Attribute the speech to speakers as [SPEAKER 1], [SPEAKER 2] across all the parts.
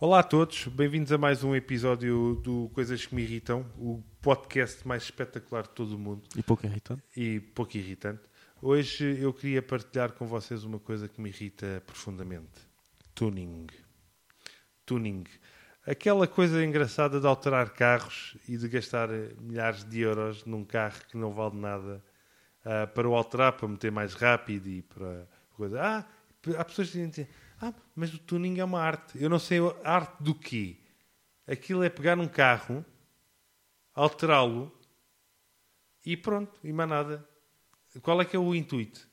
[SPEAKER 1] Olá a todos, bem-vindos a mais um episódio do Coisas que me irritam, o podcast mais espetacular de todo o mundo
[SPEAKER 2] E pouco irritante.
[SPEAKER 1] e pouco irritante. Hoje eu queria partilhar com vocês uma coisa que me irrita profundamente: tuning. Tuning. Aquela coisa engraçada de alterar carros e de gastar eh, milhares de euros num carro que não vale nada ah, para o alterar, para meter mais rápido e para coisa. Ah, há pessoas que dizem: Ah, mas o tuning é uma arte. Eu não sei a arte do quê. Aquilo é pegar um carro, alterá-lo e pronto, e mais nada. Qual é que é o intuito?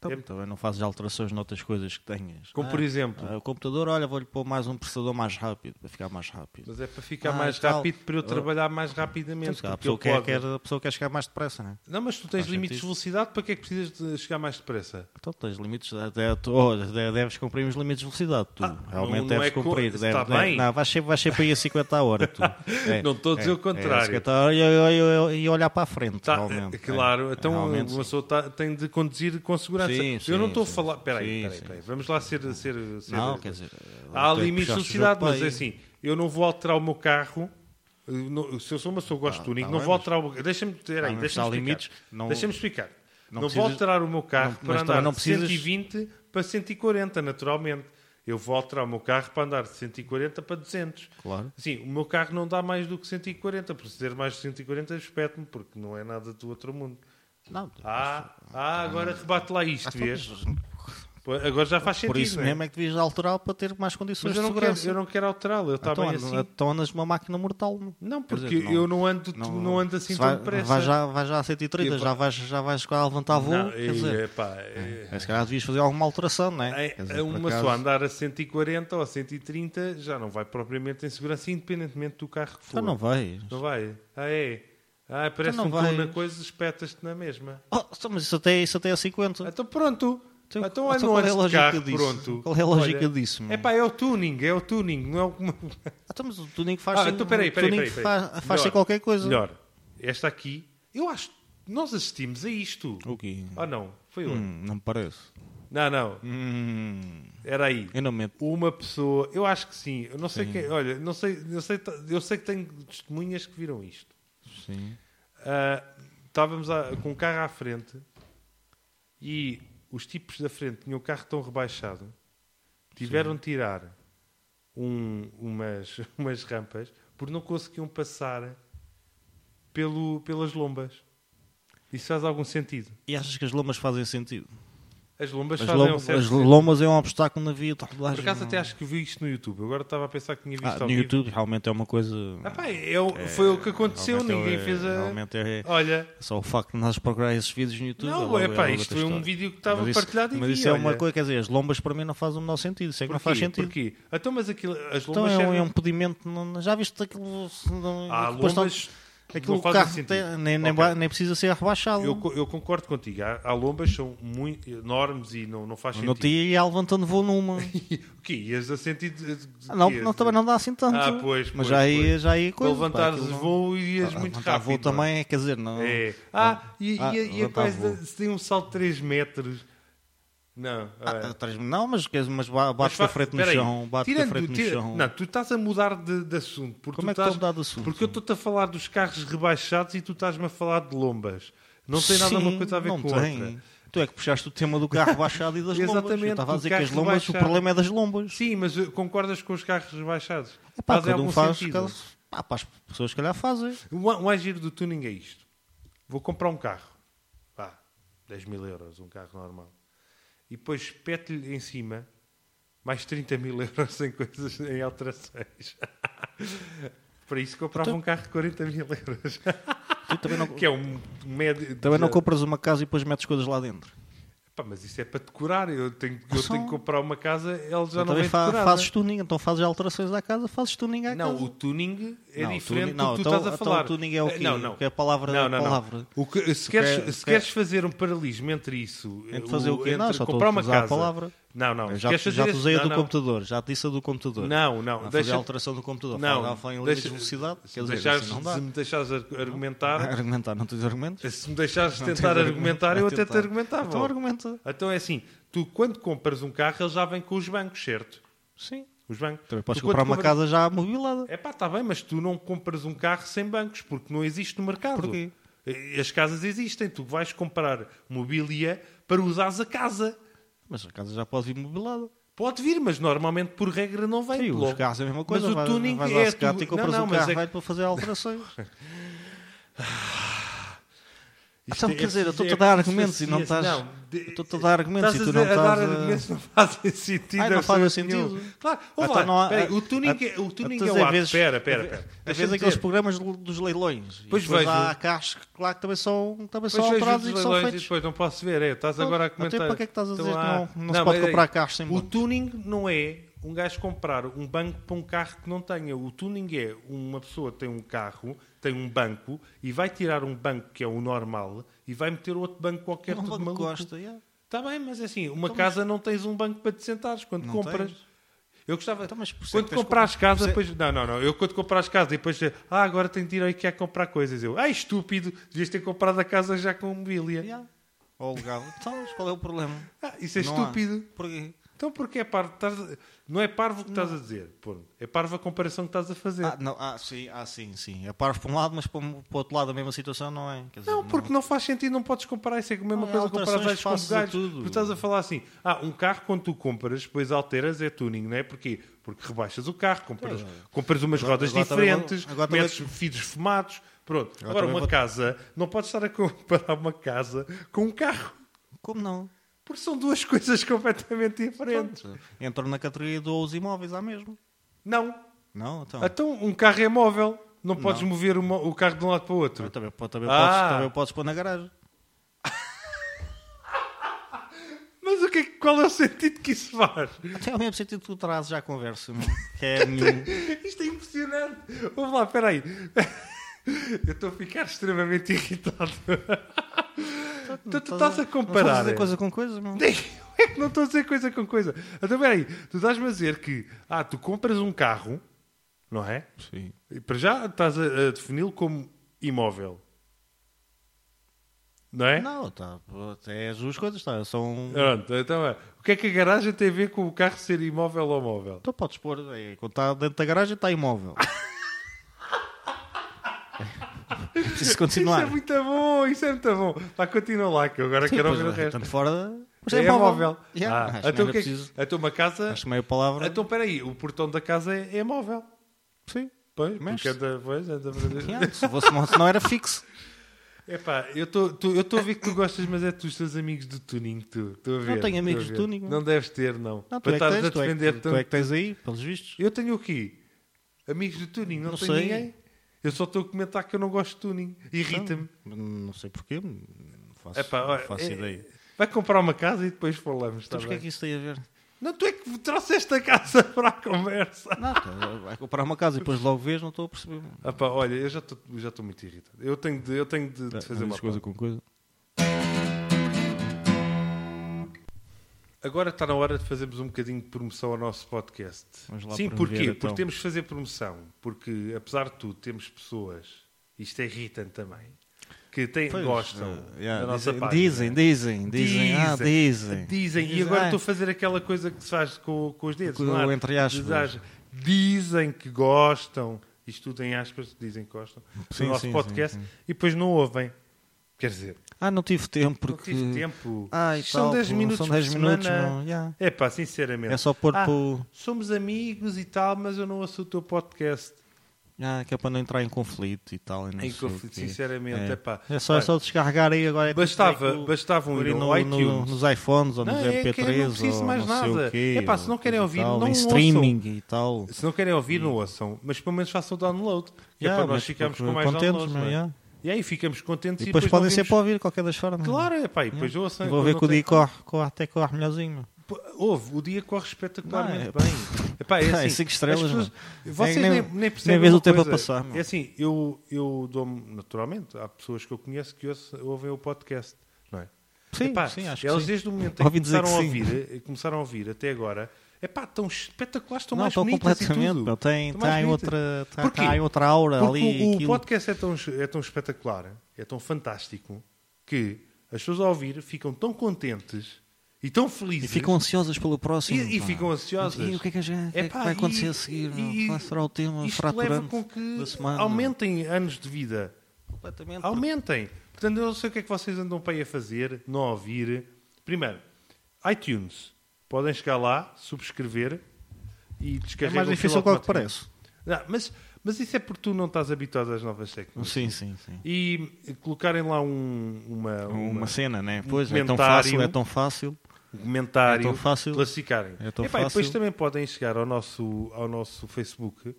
[SPEAKER 2] Tá
[SPEAKER 1] É-
[SPEAKER 2] bem, tá bem, não fazes alterações noutras coisas que tenhas.
[SPEAKER 1] Como,
[SPEAKER 2] Ah,
[SPEAKER 1] por exemplo?
[SPEAKER 2] ah, o computador, olha, vou-lhe pôr mais um processador mais rápido, para ficar mais rápido.
[SPEAKER 1] Mas é para ficar
[SPEAKER 2] Ah,
[SPEAKER 1] mais
[SPEAKER 2] tal.
[SPEAKER 1] rápido, para eu trabalhar mais rapidamente.
[SPEAKER 2] Portanto, a,
[SPEAKER 1] porque eu
[SPEAKER 2] pessoa quer,
[SPEAKER 1] posso.
[SPEAKER 2] quer, a pessoa quer chegar mais depressa, não é?
[SPEAKER 1] Não, mas tu tens
[SPEAKER 2] Faz
[SPEAKER 1] limites de
[SPEAKER 2] sentido.
[SPEAKER 1] velocidade, para que é que precisas de chegar mais depressa?
[SPEAKER 2] Então tens limites, até, tu- oh, de- deves cumprir os limites de velocidade, tu. Realmente
[SPEAKER 1] não
[SPEAKER 2] deves
[SPEAKER 1] é co-
[SPEAKER 2] cumprir.
[SPEAKER 1] está
[SPEAKER 2] deve- deve-
[SPEAKER 1] bem.
[SPEAKER 2] Não, vais sempre, vais sempre aí a 50 a hora, tu. É,
[SPEAKER 1] Não estou a dizer o contrário.
[SPEAKER 2] É, 50 a hora e, e- e- e olhar para a frente,
[SPEAKER 1] Tá,
[SPEAKER 2] realmente.
[SPEAKER 1] eh, claro,
[SPEAKER 2] É,
[SPEAKER 1] então uma
[SPEAKER 2] realmente, sim.
[SPEAKER 1] pessoa tá- tem de conduzir com segurança.
[SPEAKER 2] Sim,
[SPEAKER 1] eu
[SPEAKER 2] sim,
[SPEAKER 1] não estou a
[SPEAKER 2] sim,
[SPEAKER 1] falar.
[SPEAKER 2] sim.
[SPEAKER 1] Espera aí,
[SPEAKER 2] Sim,
[SPEAKER 1] espera aí,
[SPEAKER 2] sim.
[SPEAKER 1] espera aí. Vamos lá ser. ser, ser-
[SPEAKER 2] Não, quer dizer,
[SPEAKER 1] Há
[SPEAKER 2] tu é que
[SPEAKER 1] limites de
[SPEAKER 2] puxaste o jogo
[SPEAKER 1] velocidade,
[SPEAKER 2] para
[SPEAKER 1] mas é
[SPEAKER 2] aí.
[SPEAKER 1] assim, eu não vou alterar o meu carro. eu não- se eu sou uma pessoa que gosto de tuning,
[SPEAKER 2] tá
[SPEAKER 1] não
[SPEAKER 2] bem,
[SPEAKER 1] vou
[SPEAKER 2] mas-
[SPEAKER 1] alterar o meu carro. Deixa-me dizer aí,
[SPEAKER 2] mas
[SPEAKER 1] deixa-me
[SPEAKER 2] há
[SPEAKER 1] explicar.
[SPEAKER 2] limites, não-
[SPEAKER 1] Deixa-me explicar. Não,
[SPEAKER 2] não
[SPEAKER 1] vou
[SPEAKER 2] precisas-
[SPEAKER 1] alterar o meu carro
[SPEAKER 2] não-
[SPEAKER 1] para
[SPEAKER 2] mas também
[SPEAKER 1] andar
[SPEAKER 2] não
[SPEAKER 1] de
[SPEAKER 2] precisas-
[SPEAKER 1] 120 para 140, naturalmente. Eu vou alterar o meu carro para andar de 140 para 200.
[SPEAKER 2] Claro.
[SPEAKER 1] Sim, o meu carro não dá mais do que 140. Por se der mais de 140, espete-me, porque não é nada do outro mundo.
[SPEAKER 2] Não,
[SPEAKER 1] Ah, ah agora rebate lá isto, vês?
[SPEAKER 2] então, mas-
[SPEAKER 1] Pô, Agora já faz sentido.
[SPEAKER 2] Por isso
[SPEAKER 1] não é?
[SPEAKER 2] mesmo é que devias alterar para ter mais condições
[SPEAKER 1] Mas eu
[SPEAKER 2] de
[SPEAKER 1] não, quero,
[SPEAKER 2] segurança.
[SPEAKER 1] eu não quero alterá-lo, ele está
[SPEAKER 2] então,
[SPEAKER 1] bem
[SPEAKER 2] an-
[SPEAKER 1] assim.
[SPEAKER 2] então andas numa máquina mortal. não?
[SPEAKER 1] Não,
[SPEAKER 2] Quer
[SPEAKER 1] porque
[SPEAKER 2] dizer,
[SPEAKER 1] eu não ando, não, ando assim
[SPEAKER 2] se
[SPEAKER 1] tão
[SPEAKER 2] vai,
[SPEAKER 1] depressa.
[SPEAKER 2] Vai já, vai já a 130,
[SPEAKER 1] Eu-
[SPEAKER 2] já vais, já vais a levantar voo.
[SPEAKER 1] Não,
[SPEAKER 2] quer
[SPEAKER 1] e,
[SPEAKER 2] dizer,
[SPEAKER 1] epá, é,
[SPEAKER 2] é. se calhar devias fazer alguma alteração, não é?
[SPEAKER 1] é,
[SPEAKER 2] Quer dizer, por
[SPEAKER 1] uma
[SPEAKER 2] acaso-
[SPEAKER 1] só andar a 140 ou a 130 já não vai propriamente em segurança, independentemente do carro que for.
[SPEAKER 2] Então não vais. Então
[SPEAKER 1] Não vai? Ah, é? Ah, parece
[SPEAKER 2] não
[SPEAKER 1] um tu na
[SPEAKER 2] vais.
[SPEAKER 1] coisa, espetas-te na mesma.
[SPEAKER 2] Oh, então, mas isso até, isso até é 50.
[SPEAKER 1] Então pronto. Então,
[SPEAKER 2] Então,
[SPEAKER 1] olha,
[SPEAKER 2] então
[SPEAKER 1] não
[SPEAKER 2] qual é
[SPEAKER 1] andes
[SPEAKER 2] a
[SPEAKER 1] de
[SPEAKER 2] lógica
[SPEAKER 1] carro,
[SPEAKER 2] disso?
[SPEAKER 1] pronto.
[SPEAKER 2] Qual é a lógica
[SPEAKER 1] Olha,
[SPEAKER 2] disso, meu?
[SPEAKER 1] Epá, é o tuning, é o tuning, não é o...
[SPEAKER 2] Então, mas o tuning faz,
[SPEAKER 1] Ah, então peraí,
[SPEAKER 2] o
[SPEAKER 1] peraí,
[SPEAKER 2] tuning
[SPEAKER 1] peraí, peraí.
[SPEAKER 2] faz, faz ser
[SPEAKER 1] Melhor,
[SPEAKER 2] qualquer coisa.
[SPEAKER 1] Melhor, esta aqui, eu acho nós assistimos a isto.
[SPEAKER 2] O quê?
[SPEAKER 1] Ah, não, foi hoje.
[SPEAKER 2] Hum, não me parece.
[SPEAKER 1] Não, não,
[SPEAKER 2] Hum,
[SPEAKER 1] era aí.
[SPEAKER 2] eu não meto.
[SPEAKER 1] Uma pessoa, eu acho que sim, eu não sei quem, olha, não sei, eu sei, eu sei que tenho testemunhas que viram isto.
[SPEAKER 2] Sim.
[SPEAKER 1] Ah, estávamos a- com o carro à frente e os tipos da frente tinham o carro tão rebaixado, tiveram de tirar um- umas, umas rampas porque não conseguiam passar pelo, pelas lombas. Isso faz algum sentido.
[SPEAKER 2] E achas que as lomas fazem sentido?
[SPEAKER 1] As lombas
[SPEAKER 2] As,
[SPEAKER 1] fazem
[SPEAKER 2] lom-
[SPEAKER 1] um certo
[SPEAKER 2] as
[SPEAKER 1] sentido.
[SPEAKER 2] lomas é um obstáculo na via de
[SPEAKER 1] Por
[SPEAKER 2] rodagem.
[SPEAKER 1] acaso
[SPEAKER 2] não-
[SPEAKER 1] até acho que vi isto no YouTube. Agora estava a pensar que tinha visto
[SPEAKER 2] Ah,
[SPEAKER 1] ao
[SPEAKER 2] no
[SPEAKER 1] vivo.
[SPEAKER 2] YouTube realmente é uma coisa.
[SPEAKER 1] Ah, pá, é o- foi o que aconteceu,
[SPEAKER 2] realmente
[SPEAKER 1] ninguém
[SPEAKER 2] é-
[SPEAKER 1] fez a.
[SPEAKER 2] Realmente é.
[SPEAKER 1] Olha,
[SPEAKER 2] Só o facto de nós procurar esses vídeos no YouTube.
[SPEAKER 1] Não,
[SPEAKER 2] logo-
[SPEAKER 1] é pá,
[SPEAKER 2] logo
[SPEAKER 1] isto
[SPEAKER 2] outra
[SPEAKER 1] foi um
[SPEAKER 2] história.
[SPEAKER 1] vídeo que estava
[SPEAKER 2] Mas isso-
[SPEAKER 1] partilhado e
[SPEAKER 2] Mas
[SPEAKER 1] vi,
[SPEAKER 2] isso é uma
[SPEAKER 1] olha.
[SPEAKER 2] coisa, quer dizer, as lombas para mim não fazem o menor sentido. Isso é que não
[SPEAKER 1] porquê?
[SPEAKER 2] faz sentido.
[SPEAKER 1] Porquê? Então, mas aquilo, as
[SPEAKER 2] Então
[SPEAKER 1] lombas
[SPEAKER 2] é um,
[SPEAKER 1] servem-
[SPEAKER 2] é um pedimento. não- já viste aquilo. se não-
[SPEAKER 1] Há
[SPEAKER 2] depois
[SPEAKER 1] lombas
[SPEAKER 2] está-
[SPEAKER 1] que
[SPEAKER 2] Aquilo
[SPEAKER 1] não
[SPEAKER 2] é que o
[SPEAKER 1] fazem
[SPEAKER 2] carro
[SPEAKER 1] sentido.
[SPEAKER 2] tem, nem,
[SPEAKER 1] Ok.
[SPEAKER 2] nem, vai- nem precisa ser rebaixado.
[SPEAKER 1] Eu, co- eu concordo contigo. Há, há lombas que são muito enormes e não, não faz
[SPEAKER 2] no
[SPEAKER 1] sentido.
[SPEAKER 2] dia ia levantando voo numa.
[SPEAKER 1] o que Ias a sentido.
[SPEAKER 2] Ah, não,
[SPEAKER 1] ias-
[SPEAKER 2] não, também não dá assim tanto.
[SPEAKER 1] Ah, pois,
[SPEAKER 2] mas
[SPEAKER 1] pois,
[SPEAKER 2] já ia,
[SPEAKER 1] pois.
[SPEAKER 2] já ia
[SPEAKER 1] Para
[SPEAKER 2] coisa. pá,
[SPEAKER 1] levantares
[SPEAKER 2] aquilo não-
[SPEAKER 1] voo ias
[SPEAKER 2] Ah,
[SPEAKER 1] é muito
[SPEAKER 2] levantar
[SPEAKER 1] rápido.
[SPEAKER 2] voo também, quer dizer, não.
[SPEAKER 1] É. Ah, e,
[SPEAKER 2] Ah,
[SPEAKER 1] e, e é
[SPEAKER 2] levantar
[SPEAKER 1] quase
[SPEAKER 2] voo.
[SPEAKER 1] se tem um salto de 3 metros. Não.
[SPEAKER 2] Ah,
[SPEAKER 1] é.
[SPEAKER 2] atrás- não, mas, quer dizer, mas ba-
[SPEAKER 1] Mas
[SPEAKER 2] bate com
[SPEAKER 1] fa-
[SPEAKER 2] a frente no
[SPEAKER 1] peraí,
[SPEAKER 2] chão. Bate com a
[SPEAKER 1] tirando-
[SPEAKER 2] frente no
[SPEAKER 1] tira-
[SPEAKER 2] chão.
[SPEAKER 1] Não, tu estás a mudar de, de assunto. Porque
[SPEAKER 2] Como
[SPEAKER 1] tu
[SPEAKER 2] é que
[SPEAKER 1] estás-
[SPEAKER 2] estou a mudar de assunto?
[SPEAKER 1] Porque eu estou-te a falar dos carros rebaixados e tu estás-me a falar de lombas. Não tem nada uma
[SPEAKER 2] Sim,
[SPEAKER 1] coisa a ver
[SPEAKER 2] não
[SPEAKER 1] com a
[SPEAKER 2] tem.
[SPEAKER 1] outra.
[SPEAKER 2] Tu é que puxaste o tema do carro baixado e das lombas.
[SPEAKER 1] Exatamente,
[SPEAKER 2] Eu estava a
[SPEAKER 1] do
[SPEAKER 2] dizer que
[SPEAKER 1] carro
[SPEAKER 2] as lombas,
[SPEAKER 1] baixado.
[SPEAKER 2] o problema é das lombas.
[SPEAKER 1] Sim, mas eh, concordas com os carros rebaixados?
[SPEAKER 2] Epá,
[SPEAKER 1] Fazem
[SPEAKER 2] cada um
[SPEAKER 1] algum
[SPEAKER 2] faz.
[SPEAKER 1] sentido.
[SPEAKER 2] Cada... Pá, pá, as pessoas, se calhar, fazem.
[SPEAKER 1] O, Um, a- o mais giro do tuning é isto. Vou comprar um carro. Vá, 10 mil euros, um carro normal. E depois espeto-lhe em cima mais 30 mil euros em coisas, em alterações. Para isso comprava
[SPEAKER 2] Então-
[SPEAKER 1] um carro de 40 mil euros.
[SPEAKER 2] Tu também não,
[SPEAKER 1] Que é um médio... de-
[SPEAKER 2] também não compras uma casa e depois metes coisas lá dentro.
[SPEAKER 1] Pá, mas isso é para decorar. Eu tenho, eu
[SPEAKER 2] Só-
[SPEAKER 1] tenho que comprar uma casa, ela já
[SPEAKER 2] Então
[SPEAKER 1] não
[SPEAKER 2] também
[SPEAKER 1] vem
[SPEAKER 2] fa-
[SPEAKER 1] decorada.
[SPEAKER 2] fazes tuning, então fazes alterações à casa, fazes tuning à
[SPEAKER 1] Não,
[SPEAKER 2] casa.
[SPEAKER 1] o tuning é
[SPEAKER 2] Não, o
[SPEAKER 1] diferente
[SPEAKER 2] tuning- não,
[SPEAKER 1] do que tu
[SPEAKER 2] então-
[SPEAKER 1] estás a
[SPEAKER 2] então
[SPEAKER 1] falar. Eh,
[SPEAKER 2] o tuning é o quê?
[SPEAKER 1] Não, não.
[SPEAKER 2] Que é a palavra-
[SPEAKER 1] não, não, não.
[SPEAKER 2] palavra.
[SPEAKER 1] O que- se
[SPEAKER 2] Tu
[SPEAKER 1] queres,
[SPEAKER 2] quer-
[SPEAKER 1] se
[SPEAKER 2] tu
[SPEAKER 1] queres fazer um paralelismo entre isso...
[SPEAKER 2] Entre fazer o quê? Não, só estou
[SPEAKER 1] comprar
[SPEAKER 2] a
[SPEAKER 1] uma
[SPEAKER 2] usar a
[SPEAKER 1] casa...
[SPEAKER 2] palavra.
[SPEAKER 1] Não, não. se
[SPEAKER 2] Eu já,
[SPEAKER 1] queres
[SPEAKER 2] te- já
[SPEAKER 1] fazer
[SPEAKER 2] te usei
[SPEAKER 1] esse-
[SPEAKER 2] a do
[SPEAKER 1] não, não.
[SPEAKER 2] computador, já te disse a do computador.
[SPEAKER 1] Não, não,
[SPEAKER 2] A fazer
[SPEAKER 1] deixa-
[SPEAKER 2] a alteração do computador.
[SPEAKER 1] Não,
[SPEAKER 2] já foi em limites
[SPEAKER 1] deixa-
[SPEAKER 2] de velocidade. Quer
[SPEAKER 1] Se,
[SPEAKER 2] dizer,
[SPEAKER 1] deixares-
[SPEAKER 2] assim não dá.
[SPEAKER 1] se me deixares ar- argumentar...
[SPEAKER 2] Argumentar, não tens argumentos?
[SPEAKER 1] Se me deixares
[SPEAKER 2] Não
[SPEAKER 1] tentar
[SPEAKER 2] tens
[SPEAKER 1] argumentar,
[SPEAKER 2] argumento.
[SPEAKER 1] eu
[SPEAKER 2] Vai
[SPEAKER 1] até te
[SPEAKER 2] tentar.
[SPEAKER 1] argumentava.
[SPEAKER 2] Então argumenta.
[SPEAKER 1] Então é assim, tu quando compras um carro, ele já vem com os bancos, certo?
[SPEAKER 2] Sim.
[SPEAKER 1] Os bancos.
[SPEAKER 2] Também podes
[SPEAKER 1] Tu
[SPEAKER 2] comprar
[SPEAKER 1] quando
[SPEAKER 2] uma
[SPEAKER 1] compras-
[SPEAKER 2] casa já mobilada.
[SPEAKER 1] É pá, está bem, mas tu não compras um carro sem bancos, porque não existe no mercado.
[SPEAKER 2] Porquê?
[SPEAKER 1] As casas existem. Tu vais comprar mobília para usares a casa.
[SPEAKER 2] Mas a casa já pode vir mobilada.
[SPEAKER 1] Pode vir, mas normalmente por regra não vem.
[SPEAKER 2] Sim, os
[SPEAKER 1] logo.
[SPEAKER 2] carros é a mesma coisa.
[SPEAKER 1] Mas o
[SPEAKER 2] Vais-
[SPEAKER 1] tuning
[SPEAKER 2] vais
[SPEAKER 1] é
[SPEAKER 2] lá secar
[SPEAKER 1] tu-
[SPEAKER 2] e compras
[SPEAKER 1] Não, não,
[SPEAKER 2] um
[SPEAKER 1] mas
[SPEAKER 2] carro
[SPEAKER 1] é-
[SPEAKER 2] velho para fazer alterações.
[SPEAKER 1] Isto
[SPEAKER 2] Então,
[SPEAKER 1] é-
[SPEAKER 2] quer dizer, eu estou-te
[SPEAKER 1] é
[SPEAKER 2] a dar argumentos e não
[SPEAKER 1] preciso- assim,
[SPEAKER 2] estás.
[SPEAKER 1] de-
[SPEAKER 2] eu Estou-te a dar argumentos e
[SPEAKER 1] Estás
[SPEAKER 2] tu
[SPEAKER 1] a
[SPEAKER 2] não
[SPEAKER 1] dizer- a
[SPEAKER 2] estás.
[SPEAKER 1] dar
[SPEAKER 2] a-
[SPEAKER 1] argumentos não fazem sentido.
[SPEAKER 2] Ai, não fazem
[SPEAKER 1] absolutamente
[SPEAKER 2] sentido.
[SPEAKER 1] nenhum. Claro,
[SPEAKER 2] Então
[SPEAKER 1] ouve
[SPEAKER 2] não
[SPEAKER 1] lá,
[SPEAKER 2] há-
[SPEAKER 1] peraí, o
[SPEAKER 2] a-
[SPEAKER 1] tuning é o tuning
[SPEAKER 2] Então,
[SPEAKER 1] é
[SPEAKER 2] às
[SPEAKER 1] o ato.
[SPEAKER 2] vezes-
[SPEAKER 1] Espera, espera, espera.
[SPEAKER 2] Às
[SPEAKER 1] Deixa-me
[SPEAKER 2] vezes aqueles
[SPEAKER 1] dizer.
[SPEAKER 2] programas do- dos leilões. E
[SPEAKER 1] Pois
[SPEAKER 2] depois
[SPEAKER 1] vejo.
[SPEAKER 2] há carros que, claro, que também são, também são
[SPEAKER 1] Depois vejo
[SPEAKER 2] alterados e
[SPEAKER 1] os
[SPEAKER 2] que são
[SPEAKER 1] leilões
[SPEAKER 2] feitos.
[SPEAKER 1] E depois não posso ver. É, estás agora a
[SPEAKER 2] Então,
[SPEAKER 1] comentar.
[SPEAKER 2] então para que é que estás a dizer que
[SPEAKER 1] há-
[SPEAKER 2] não- não se
[SPEAKER 1] mas
[SPEAKER 2] pode
[SPEAKER 1] é-
[SPEAKER 2] comprar carros sem
[SPEAKER 1] O
[SPEAKER 2] banco?
[SPEAKER 1] tuning não é um gajo comprar um banco para um carro que não tenha. O tuning é uma pessoa tem um carro, tem um banco e vai tirar um banco que é o normal e vai meter outro banco qualquer
[SPEAKER 2] Não
[SPEAKER 1] todo
[SPEAKER 2] me
[SPEAKER 1] é maluco.
[SPEAKER 2] gosta. yeah.
[SPEAKER 1] Está bem, mas é assim, uma casa não tens um banco para te sentares quando
[SPEAKER 2] Então, Não
[SPEAKER 1] compras.
[SPEAKER 2] tens.
[SPEAKER 1] Eu gostava.
[SPEAKER 2] Então, mas por isso é
[SPEAKER 1] quando
[SPEAKER 2] que tens
[SPEAKER 1] comprar
[SPEAKER 2] que-
[SPEAKER 1] as casas,
[SPEAKER 2] por
[SPEAKER 1] depois. Não, não, não. Eu quando comprar as casas, depois. Ah, agora tenho de ir ao IKEA comprar coisas. Eu, ah, estúpido, devias ter comprado a casa já com mobília.
[SPEAKER 2] Yeah. Ou legal. Então, mas qual é o problema?
[SPEAKER 1] Ah, isso é
[SPEAKER 2] Não há.
[SPEAKER 1] estúpido.
[SPEAKER 2] Porquê?
[SPEAKER 1] Então porquê é parvo? Estás a- Não é parvo o que estás a dizer. pô. É parvo a comparação que estás a fazer.
[SPEAKER 2] Ah, não, ah, sim, ah, sim, sim. É parvo para um lado, mas para, o para o outro lado a mesma situação não é. Quer dizer,
[SPEAKER 1] Não, porque não faz sentido, não podes comparar isso. É a mesma
[SPEAKER 2] Não, é
[SPEAKER 1] coisa comparar
[SPEAKER 2] alterações
[SPEAKER 1] velhos com
[SPEAKER 2] fazes a
[SPEAKER 1] bugalhos.
[SPEAKER 2] tudo.
[SPEAKER 1] Tu estás a falar assim, ah, um carro quando tu compras, depois alteras, é tuning, não é? Porquê? Porque rebaixas o carro, compras, compras umas rodas
[SPEAKER 2] É, agora também
[SPEAKER 1] diferentes,
[SPEAKER 2] vou- agora
[SPEAKER 1] metes fios fumados, pronto. Agora,
[SPEAKER 2] também
[SPEAKER 1] uma
[SPEAKER 2] vou-
[SPEAKER 1] casa, não podes estar a comparar uma casa com um carro,
[SPEAKER 2] Como não?
[SPEAKER 1] porque são duas coisas completamente diferentes.
[SPEAKER 2] Pronto. Entro na categoria dos imóveis à mesmo.
[SPEAKER 1] Não.
[SPEAKER 2] Não, então.
[SPEAKER 1] Então, um carro é móvel, não podes mover uma- o carro de um lado para o outro.
[SPEAKER 2] Também, também, po- também,
[SPEAKER 1] Ah.
[SPEAKER 2] podes, também podes pôr na garagem.
[SPEAKER 1] Mas o que, é que- qual é o sentido que isso faz?
[SPEAKER 2] Até ao mesmo sentido é que tu trazes já a conversa, não? que é nenhum.
[SPEAKER 1] Isto é impressionante. Vamos lá, espera aí. Eu estou a ficar extremamente irritado. Então, tu estás a
[SPEAKER 2] Não estás a
[SPEAKER 1] comparar.
[SPEAKER 2] dizer coisa com coisa, não?
[SPEAKER 1] É que não estou a dizer coisa com coisa. Então, espera aí. Tu estás-me a dizer que, ah, tu compras um carro, não é?
[SPEAKER 2] Sim.
[SPEAKER 1] E para já estás a, a defini-lo como imóvel. Não é?
[SPEAKER 2] Não, tá, é as duas coisas, tá, são...
[SPEAKER 1] Pronto, então é. O que é que a garagem tem a ver com o carro ser imóvel ou móvel?
[SPEAKER 2] Então podes pôr, é, quando está dentro da garagem está imóvel. Preciso continuar.
[SPEAKER 1] Isso é muito bom, isso é muito bom. Lá continua lá, que eu agora
[SPEAKER 2] Sim,
[SPEAKER 1] quero
[SPEAKER 2] pois,
[SPEAKER 1] ouvir o
[SPEAKER 2] é,
[SPEAKER 1] resto.
[SPEAKER 2] tanto fora da... Mas
[SPEAKER 1] é móvel.
[SPEAKER 2] Yeah,
[SPEAKER 1] Ah,
[SPEAKER 2] acho que
[SPEAKER 1] então,
[SPEAKER 2] não
[SPEAKER 1] o
[SPEAKER 2] é
[SPEAKER 1] que é que-
[SPEAKER 2] preciso.
[SPEAKER 1] então uma casa.
[SPEAKER 2] Acho que meia palavra.
[SPEAKER 1] Então espera aí, o portão da casa é, é móvel.
[SPEAKER 2] Sim.
[SPEAKER 1] Pois,
[SPEAKER 2] Mas-
[SPEAKER 1] porque anda, pois, é anda
[SPEAKER 2] Yeah, se fosse móvel, não era fixo.
[SPEAKER 1] Epá, eu estou a ver que tu gostas, mas é tu os teus amigos do tuning, tu. Estou a ver, estou
[SPEAKER 2] tenho
[SPEAKER 1] a
[SPEAKER 2] amigos de
[SPEAKER 1] ver.
[SPEAKER 2] tuning, não.
[SPEAKER 1] Não deves ter, não.
[SPEAKER 2] Não, tu
[SPEAKER 1] Para
[SPEAKER 2] é, que
[SPEAKER 1] estares
[SPEAKER 2] tens,
[SPEAKER 1] a
[SPEAKER 2] tu, é
[SPEAKER 1] defender
[SPEAKER 2] que, tu
[SPEAKER 1] tanto.
[SPEAKER 2] é que tens aí, pelos vistos.
[SPEAKER 1] Eu tenho aqui amigos de tuning, não,
[SPEAKER 2] Não
[SPEAKER 1] tenho
[SPEAKER 2] sei.
[SPEAKER 1] ninguém. Eu só estou a comentar que eu não gosto de tuning. Irrita-me.
[SPEAKER 2] Não sei porquê, não faço,
[SPEAKER 1] Epá,
[SPEAKER 2] não
[SPEAKER 1] olha,
[SPEAKER 2] faço
[SPEAKER 1] é-
[SPEAKER 2] ideia.
[SPEAKER 1] Vai comprar uma casa e depois falamos. Tá
[SPEAKER 2] Então porquê é
[SPEAKER 1] bem?
[SPEAKER 2] que isso tem a ver?
[SPEAKER 1] Não, tu é que trouxeste a casa para a conversa.
[SPEAKER 2] Não, tá, vai comprar uma casa e depois logo vês, não estou a perceber.
[SPEAKER 1] Ah pá, olha, eu já estou já estou muito irritado. Eu tenho de, eu tenho de, de fazer uma coisa.
[SPEAKER 2] com é coisa.
[SPEAKER 1] Agora está na hora de fazermos um bocadinho de promoção ao nosso podcast.
[SPEAKER 2] Vamos lá
[SPEAKER 1] Sim,
[SPEAKER 2] promover,
[SPEAKER 1] porquê?
[SPEAKER 2] então.
[SPEAKER 1] Porque temos de fazer promoção. Porque, apesar de tudo, temos pessoas, isto é irritante também, que têm, gostam da nossa
[SPEAKER 2] é, eh, dizem,
[SPEAKER 1] página.
[SPEAKER 2] dizem, dizem, dizem, ah, dizem.
[SPEAKER 1] Dizem. E
[SPEAKER 2] Dizem,
[SPEAKER 1] agora
[SPEAKER 2] ah,
[SPEAKER 1] estou a fazer aquela coisa que se faz com, com os dedos.
[SPEAKER 2] Com-
[SPEAKER 1] não há?
[SPEAKER 2] entre aspas.
[SPEAKER 1] Dizem- Dizem que gostam, isto tudo em aspas, dizem que gostam,
[SPEAKER 2] Sim,
[SPEAKER 1] do nosso
[SPEAKER 2] sim,
[SPEAKER 1] podcast e depois não ouvem. Quer dizer,
[SPEAKER 2] Ah, não tive tempo porque.
[SPEAKER 1] porque não tive tempo.
[SPEAKER 2] Ai,
[SPEAKER 1] Isto são
[SPEAKER 2] tal,
[SPEAKER 1] 10
[SPEAKER 2] pô,
[SPEAKER 1] minutos.
[SPEAKER 2] São
[SPEAKER 1] por
[SPEAKER 2] 10 minutos,
[SPEAKER 1] semana.
[SPEAKER 2] não. yeah.
[SPEAKER 1] É pá, sinceramente.
[SPEAKER 2] É só pôr
[SPEAKER 1] Ah,
[SPEAKER 2] pro-
[SPEAKER 1] Somos amigos e tal, mas eu não ouço o teu podcast.
[SPEAKER 2] Ah, que é para não entrar em conflito e tal. e não
[SPEAKER 1] Em
[SPEAKER 2] sei o
[SPEAKER 1] conflito,
[SPEAKER 2] quê.
[SPEAKER 1] sinceramente,
[SPEAKER 2] É,
[SPEAKER 1] epá.
[SPEAKER 2] É só, é
[SPEAKER 1] Olha,
[SPEAKER 2] só descarregar aí agora. é tudo
[SPEAKER 1] Bastava,
[SPEAKER 2] direto
[SPEAKER 1] bastava um
[SPEAKER 2] por
[SPEAKER 1] ir
[SPEAKER 2] aí
[SPEAKER 1] ao
[SPEAKER 2] no-
[SPEAKER 1] iTunes.
[SPEAKER 2] no- nos iPhones ou nos
[SPEAKER 1] Não, é que eu não
[SPEAKER 2] MP3
[SPEAKER 1] preciso
[SPEAKER 2] ou
[SPEAKER 1] mais
[SPEAKER 2] não sei
[SPEAKER 1] nada.
[SPEAKER 2] o quê.
[SPEAKER 1] Epá, se não
[SPEAKER 2] ou
[SPEAKER 1] querem
[SPEAKER 2] coisa e
[SPEAKER 1] ouvir,
[SPEAKER 2] tal,
[SPEAKER 1] não
[SPEAKER 2] Em
[SPEAKER 1] ouçam.
[SPEAKER 2] streaming e tal.
[SPEAKER 1] Se não querem ouvir, não ouçam, mas pelo menos façam o download. Que
[SPEAKER 2] Yeah,
[SPEAKER 1] é para nós
[SPEAKER 2] mas
[SPEAKER 1] ficarmos com
[SPEAKER 2] porque
[SPEAKER 1] mais
[SPEAKER 2] contentes,
[SPEAKER 1] downloads.
[SPEAKER 2] não é?
[SPEAKER 1] não é?
[SPEAKER 2] Yeah.
[SPEAKER 1] E aí ficamos contentes
[SPEAKER 2] E
[SPEAKER 1] e
[SPEAKER 2] depois podem
[SPEAKER 1] não
[SPEAKER 2] ser
[SPEAKER 1] vimos-
[SPEAKER 2] para ouvir qualquer das formas.
[SPEAKER 1] Claro, epá, e depois ouçam.
[SPEAKER 2] E vou ver que o
[SPEAKER 1] depois
[SPEAKER 2] dia
[SPEAKER 1] não
[SPEAKER 2] corre, corre- até corre melhorzinho. meu.
[SPEAKER 1] tem- Houve, o dia corre espetacularmente
[SPEAKER 2] Não, é-
[SPEAKER 1] bem. Epá, é
[SPEAKER 2] É,
[SPEAKER 1] assim,
[SPEAKER 2] cinco estrelas,
[SPEAKER 1] as pessoas-
[SPEAKER 2] mano.
[SPEAKER 1] Vocês
[SPEAKER 2] É que
[SPEAKER 1] nem,
[SPEAKER 2] nem-
[SPEAKER 1] nem
[SPEAKER 2] nem
[SPEAKER 1] percebem
[SPEAKER 2] vês
[SPEAKER 1] uma
[SPEAKER 2] o tempo a
[SPEAKER 1] coisa.
[SPEAKER 2] passar, mano.
[SPEAKER 1] É assim, eu, eu dou-me, naturalmente, há pessoas que eu conheço que ouço- ouvem o podcast, não é?
[SPEAKER 2] Sim,
[SPEAKER 1] Epá,
[SPEAKER 2] sim, acho que
[SPEAKER 1] eles
[SPEAKER 2] sim.
[SPEAKER 1] desde o momento em que
[SPEAKER 2] Ouvi dizer
[SPEAKER 1] começaram a
[SPEAKER 2] que sim.
[SPEAKER 1] ouvir, eh, começaram a ouvir até agora, epá, estão espetaculares, estão
[SPEAKER 2] não,
[SPEAKER 1] mais
[SPEAKER 2] estão
[SPEAKER 1] bonitas e
[SPEAKER 2] completamente.
[SPEAKER 1] tudo.
[SPEAKER 2] meu, Tem,
[SPEAKER 1] Estão mais
[SPEAKER 2] tem,
[SPEAKER 1] bonitas.
[SPEAKER 2] outra, tem,
[SPEAKER 1] Porquê?
[SPEAKER 2] tem outra aura
[SPEAKER 1] Porque
[SPEAKER 2] ali.
[SPEAKER 1] o, o
[SPEAKER 2] aquilo.
[SPEAKER 1] podcast é tão, é tão espetacular, é tão fantástico, que as pessoas a ouvir ficam tão contentes e tão
[SPEAKER 2] E
[SPEAKER 1] felizes
[SPEAKER 2] ficam ansiosas pelo próximo.
[SPEAKER 1] E- e
[SPEAKER 2] pá.
[SPEAKER 1] ficam ansiosas.
[SPEAKER 2] E o que é que, a gente, o que é que
[SPEAKER 1] Epá,
[SPEAKER 2] vai acontecer
[SPEAKER 1] e-
[SPEAKER 2] a seguir? meu?
[SPEAKER 1] e-
[SPEAKER 2] Qual será o tema
[SPEAKER 1] isto leva
[SPEAKER 2] fraturante
[SPEAKER 1] com que
[SPEAKER 2] da semana?
[SPEAKER 1] aumentem anos de vida.
[SPEAKER 2] completamente.
[SPEAKER 1] Aumentem. Portanto, eu não sei o que é que vocês andam para aí a fazer, não a ouvir. Primeiro, iTunes. Podem chegar lá, subscrever e
[SPEAKER 2] É
[SPEAKER 1] descarregar.
[SPEAKER 2] mais difícil do que parece.
[SPEAKER 1] mas, mas isso é porque tu não estás habituado às novas técnicas.
[SPEAKER 2] Sim, sim, sim.
[SPEAKER 1] E colocarem lá um, uma,
[SPEAKER 2] Uma
[SPEAKER 1] uma-
[SPEAKER 2] cena, né? Pois, é tão
[SPEAKER 1] comentário.
[SPEAKER 2] fácil, é tão fácil.
[SPEAKER 1] um comentário,
[SPEAKER 2] É tão fácil.
[SPEAKER 1] classificarem.
[SPEAKER 2] É tão
[SPEAKER 1] Epá, e depois
[SPEAKER 2] fácil.
[SPEAKER 1] também podem chegar ao nosso, ao nosso Facebook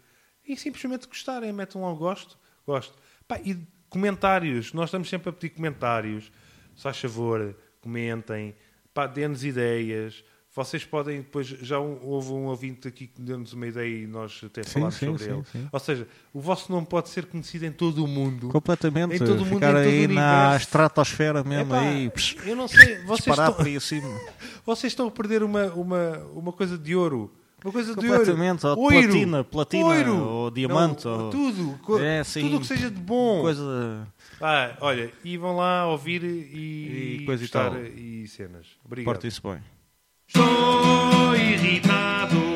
[SPEAKER 1] e simplesmente gostarem, metam lá um gosto, gosto. Pá, e comentários, nós estamos sempre a pedir comentários, se faz favor, comentem, pá, dê-nos ideias. Vocês podem depois, já um- houve um ouvinte aqui que deu-nos uma ideia e nós até falámos
[SPEAKER 2] sim,
[SPEAKER 1] sobre
[SPEAKER 2] sim,
[SPEAKER 1] ele.
[SPEAKER 2] sim.
[SPEAKER 1] Ou seja, o vosso nome pode ser conhecido em todo o mundo.
[SPEAKER 2] Completamente.
[SPEAKER 1] Em todo o mundo,
[SPEAKER 2] Ficar
[SPEAKER 1] em todo o
[SPEAKER 2] aí na
[SPEAKER 1] universo.
[SPEAKER 2] estratosfera mesmo.
[SPEAKER 1] Epá,
[SPEAKER 2] aí, é, psh,
[SPEAKER 1] eu não sei, vocês
[SPEAKER 2] disparar
[SPEAKER 1] estão-
[SPEAKER 2] por aí acima.
[SPEAKER 1] Vocês estão a perder uma, uma, uma coisa de ouro. Uma coisa de ouro.
[SPEAKER 2] Completamente, ou de
[SPEAKER 1] Oiro.
[SPEAKER 2] platina, platina,
[SPEAKER 1] Oiro.
[SPEAKER 2] ou diamante,
[SPEAKER 1] Não,
[SPEAKER 2] ou-
[SPEAKER 1] Tudo. co-
[SPEAKER 2] É, sim.
[SPEAKER 1] Tudo o que seja de bom.
[SPEAKER 2] Coisa.
[SPEAKER 1] Ah, olha, e vão lá ouvir e,
[SPEAKER 2] E coisa e
[SPEAKER 1] gostar
[SPEAKER 2] tal.
[SPEAKER 1] e cenas. Obrigado.
[SPEAKER 2] Porta isso bem.
[SPEAKER 1] Estou irritado.